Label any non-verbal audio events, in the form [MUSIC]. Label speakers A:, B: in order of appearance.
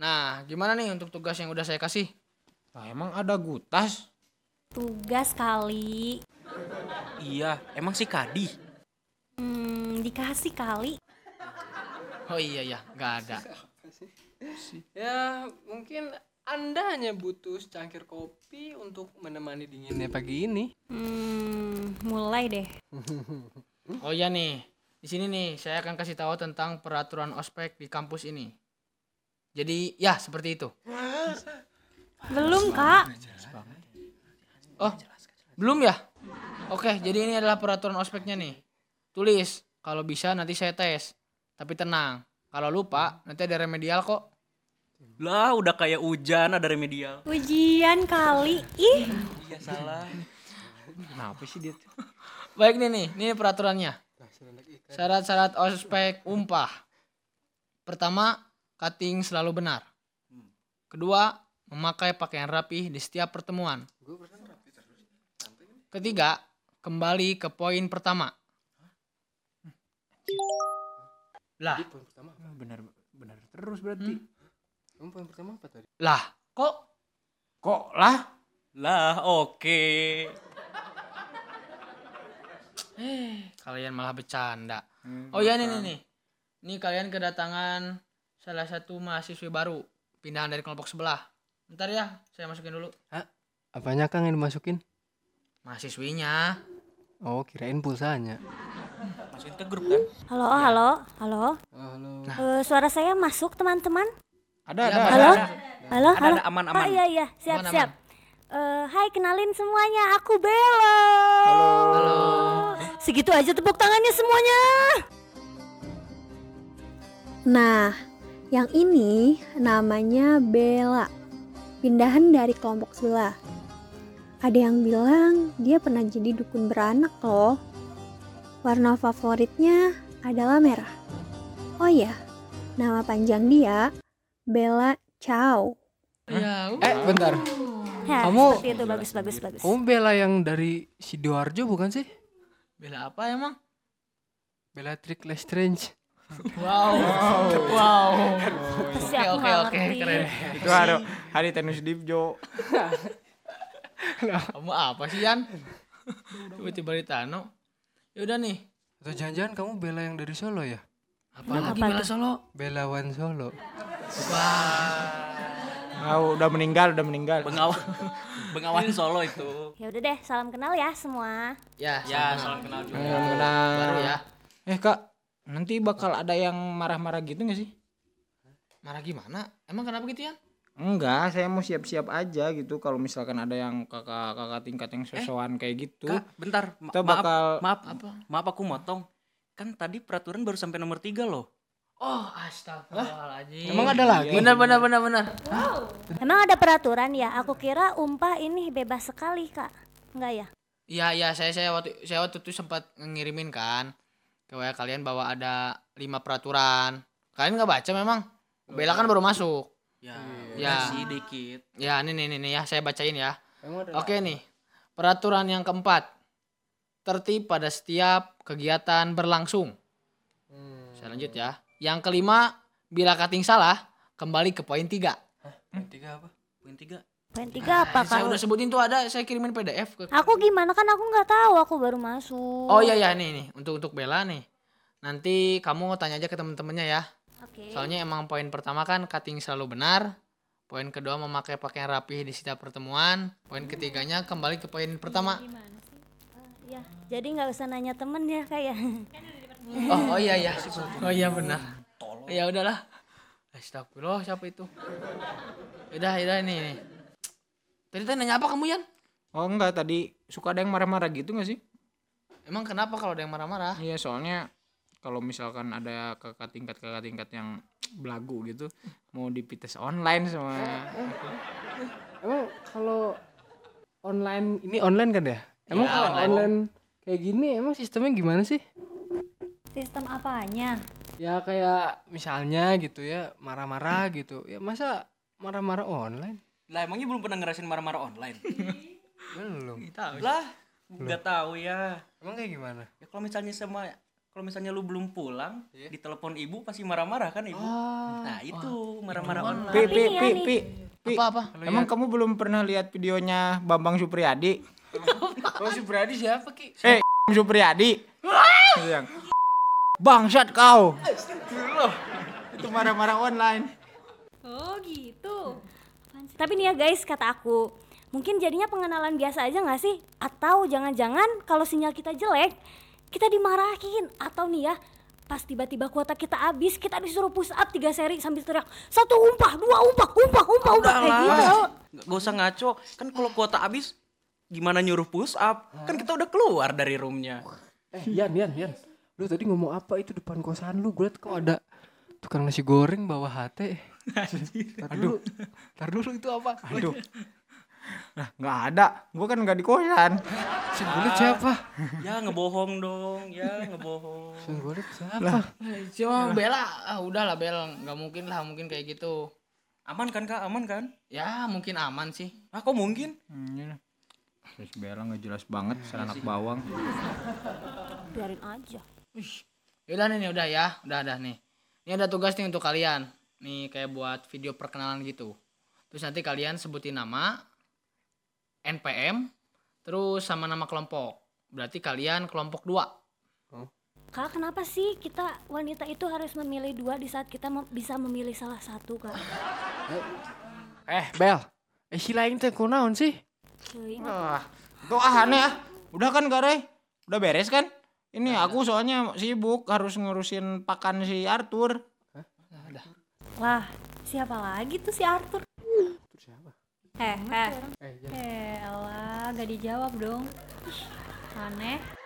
A: Nah, gimana nih untuk tugas yang udah saya kasih?
B: Nah, emang ada gutas?
C: Tugas kali.
D: Iya, emang si Kadi.
C: Hmm, dikasih kali.
A: Oh iya ya, nggak ada.
E: Ya, mungkin Anda hanya butuh secangkir kopi untuk menemani dinginnya pagi ini.
C: Hmm, mulai deh.
A: Oh iya nih, di sini nih saya akan kasih tahu tentang peraturan ospek di kampus ini. Jadi ya seperti itu.
C: Belum, Kak.
A: Oh, belum ya? Oke, jadi ini adalah peraturan ospeknya nih. Tulis, kalau bisa nanti saya tes. Tapi tenang, kalau lupa nanti ada remedial kok.
D: Lah, udah kayak hujan ada remedial.
C: Ujian kali. Ih,
D: Iya, salah.
B: Kenapa sih dia? tuh?
A: Baik nih nih, ini peraturannya.
E: Nah,
A: Syarat-syarat ospek umpah. Pertama, cutting selalu benar. Kedua, memakai pakaian rapih di setiap pertemuan. Ketiga, kembali ke poin pertama. Lah,
E: eh, Poin pertama, apa?
B: Ah, Benar benar terus berarti.
E: Hmm. kamu poin pertama apa tadi?
A: lah, kok
B: Kok lah?
D: Lah, oke.
A: Eh, kalian malah bercanda. oh iya nih nih nih. Ini kalian kedatangan salah satu mahasiswi baru pindahan dari kelompok sebelah. Ntar ya, saya masukin dulu
E: Apanya Kang yang dimasukin?
A: mahasiswinya.
E: Oh, kirain pulsanya.
D: Masukin ke grup kan?
C: halo, halo, halo.
E: Oh, halo.
C: Eh, suara saya masuk, teman-teman.
B: Ada
A: Ya,
B: ada.
A: Mas,
B: ada.
C: Halo?
A: ada.
C: Halo,
D: Ada,
C: halo.
D: ada, aman,
C: Ah,
D: aman.
C: iya, iya, siap,
A: Aman,
C: siap. Eh, hai, kenalin semuanya. Aku Bella.
A: Halo.
C: Segitu aja tepuk tangannya semuanya.
F: Nah, yang ini namanya Bella. Pindahan dari kelompok sebelah. Ada yang bilang dia pernah jadi dukun beranak loh. Warna favoritnya adalah merah. Oh iya, nama panjang dia Bella Chow.
A: Ya, uh.
E: Eh, bentar.
C: Ya,
E: Kamu-
C: seperti itu bagus, bagus, bagus.
A: Oh.
E: Kamu Bella yang dari Sidoarjo bukan sih?
A: Bela apa emang?
E: Bellatrix Lestrange.
A: Wow. Wow.
C: Pasti
A: Oke,
C: aku
A: oke,
C: nggak
A: oke,
C: ngerti.
A: keren.
B: Itu hari hari tenis Dipjo.
A: Kamu apa sih, Yan? Tiba-tiba ditano. Ya udah nih.
E: Atau jangan-jangan kamu Bella yang dari Solo ya?
A: Apa lagi
C: Apa
A: Bela
C: tuh?
A: Solo?
E: Belawan Solo.
B: Ah, udah meninggal, udah meninggal.
D: Bengawan. Bengawan Solo itu.
C: Ya udah deh, salam kenal ya semua.
A: Ya,
D: Ya,
A: sama.
D: salam kenal juga.
B: Nah,
A: baru ya.
B: Eh kak, nanti bakal ada yang marah-marah gitu gak sih?
A: Marah gimana? Emang kenapa gitu, Yan?
B: Enggak, saya mau siap-siap aja gitu. Kalau misalkan ada yang kakak-kakak tingkat yang sosokan kayak gitu,
D: Eh, Kak, bentar. Ma-
B: kita
D: maaf,
B: bakal
D: maaf,
A: Apa?
D: maaf aku motong. Kan tadi peraturan baru sampai nomor 3 loh.
A: Oh, astagfirullahaladzim.
B: Eh, Emang ada lagi?
A: Bener, bener, bener, bener.
C: Emang ada peraturan ya? Aku kira umpah ini bebas sekali, Kak. Enggak ya?
A: Iya, iya, saya saya waktu saya waktu itu sempat ngirimin kan ke WA kalian bahwa ada lima peraturan. Kalian nggak baca memang? Bella kan baru masuk.
D: Ya,
A: Ya.
D: sih dikit.
A: Ya, ini nih, nih, nih ya, saya bacain ya.
E: Emang ada
A: Oke nih. Peraturan yang keempat. Tertib pada setiap kegiatan berlangsung.
E: Hmm,
A: Saya lanjut ya. Yang kelima, bila cutting salah, kembali ke poin tiga.
E: Poin tiga apa?
D: Poin 3.
C: Poin tiga apa,
A: Saya
C: Kak?
A: udah sebutin tuh ada, saya kirimin PDF ke
C: Aku gimana kan aku nggak tahu, aku baru masuk.
A: Oh iya ya nih nih untuk untuk Bella nih. Nanti kamu tanya aja ke temen-temennya ya.
C: Oke.
A: Soalnya emang poin pertama kan cutting selalu benar. Poin kedua memakai pakaian rapih di setiap pertemuan. Poin ketiganya kembali ke poin pertama.
C: Ya, jadi nggak usah nanya temen ya [LAUGHS] kayak.
A: Oh, oh iya ya. Oh iya benar. Ya udahlah. Astagfirullah siapa itu? Udah, udah nih. nih. Tadi tadi nanya apa kamu Yan?
B: Oh enggak, tadi suka ada yang marah-marah gitu gak sih?
A: Emang kenapa kalau ada yang marah-marah?
B: Iya, soalnya kalau misalkan ada kakak tingkat-kakak tingkat yang belagu gitu mau dipites online sama
E: Emang kalau online ini online kan ya? Emang
A: Ya,
E: kalau
A: online.
E: online kayak gini emang sistemnya gimana sih?
C: Sistem apanya?
E: Ya kayak misalnya gitu ya marah-marah gitu. Ya masa marah-marah online?
D: Lah emangnya belum pernah ngerasain marah-marah online?
E: Belum.
D: lah, nggak tahu ya.
E: Emang kayak gimana?
D: Ya kalau misalnya sama kalau misalnya lu belum pulang,
E: Iya.
D: ditelepon ibu pasti marah-marah kan ibu. nah, itu marah-marah online.
B: Pi, pi, pi, pi. Pi,
A: Apa apa?
B: Emang
E: iya.
B: kamu belum pernah lihat videonya Bambang Supriyadi?
E: Oh, si Brady siapa Ki?
B: Eh, Supriyadi. Gitu yang, Bangsat kau. Itu marah-marah online.
C: Oh gitu. Tapi nih ya guys kata aku mungkin jadinya pengenalan biasa aja nggak sih? Atau jangan-jangan kalau sinyal kita jelek kita dimarahin atau nih ya pas tiba-tiba kuota kita habis kita disuruh push up tiga seri sambil teriak satu umpah dua umpah umpah umpah umpah kayak gitu.
D: Gak usah ngaco. Kan kalau kuota habis gimana nyuruh push up? Kan kita udah keluar dari roomnya.
E: Eh, Yan, Yan, Yan. Lu tadi ngomong apa itu depan kosan lu? Gue liat kok ada tukang nasi goreng bawa [LAUGHS] hati. Tar dulu. Tar dulu itu apa?
B: Aduh. Nah, nggak ada. Gua kan nggak di kosan.
E: Si bulit siapa?
D: Ya ngebohong dong, ya ngebohong.
E: Si bulit siapa?
A: Cuma Bella, ah udahlah Bella, nggak mungkin lah mungkin kayak gitu.
D: Aman kan Kak? Aman kan?
A: Ya mungkin aman sih.
D: Ah kok mungkin?
B: Terus Bella nggak jelas banget,
E: Iya
B: seranak bawang.
C: Biarin aja.
A: Yaudah nih, nih, udah ya, udah ada nih. Ini ada tugas nih untuk kalian. Nih kayak buat video perkenalan gitu. Terus nanti kalian sebutin nama, NPM, terus sama nama kelompok. Berarti kalian kelompok dua.
C: Kak kenapa sih kita wanita itu harus memilih dua di saat kita mem- bisa memilih salah satu kak?
E: Eh, Bel. Eh, si lain teh kunaon sih?
C: Cuy, ingat
B: Ah, itu ah aneh ah. Udah kan Garay? Udah beres kan? Ini aku soalnya sibuk harus ngurusin pakan si Arthur.
C: Lah, siapa lagi tuh si Arthur? Arthur siapa? Eh, eh. Eh, elah, gak dijawab dong. Aneh.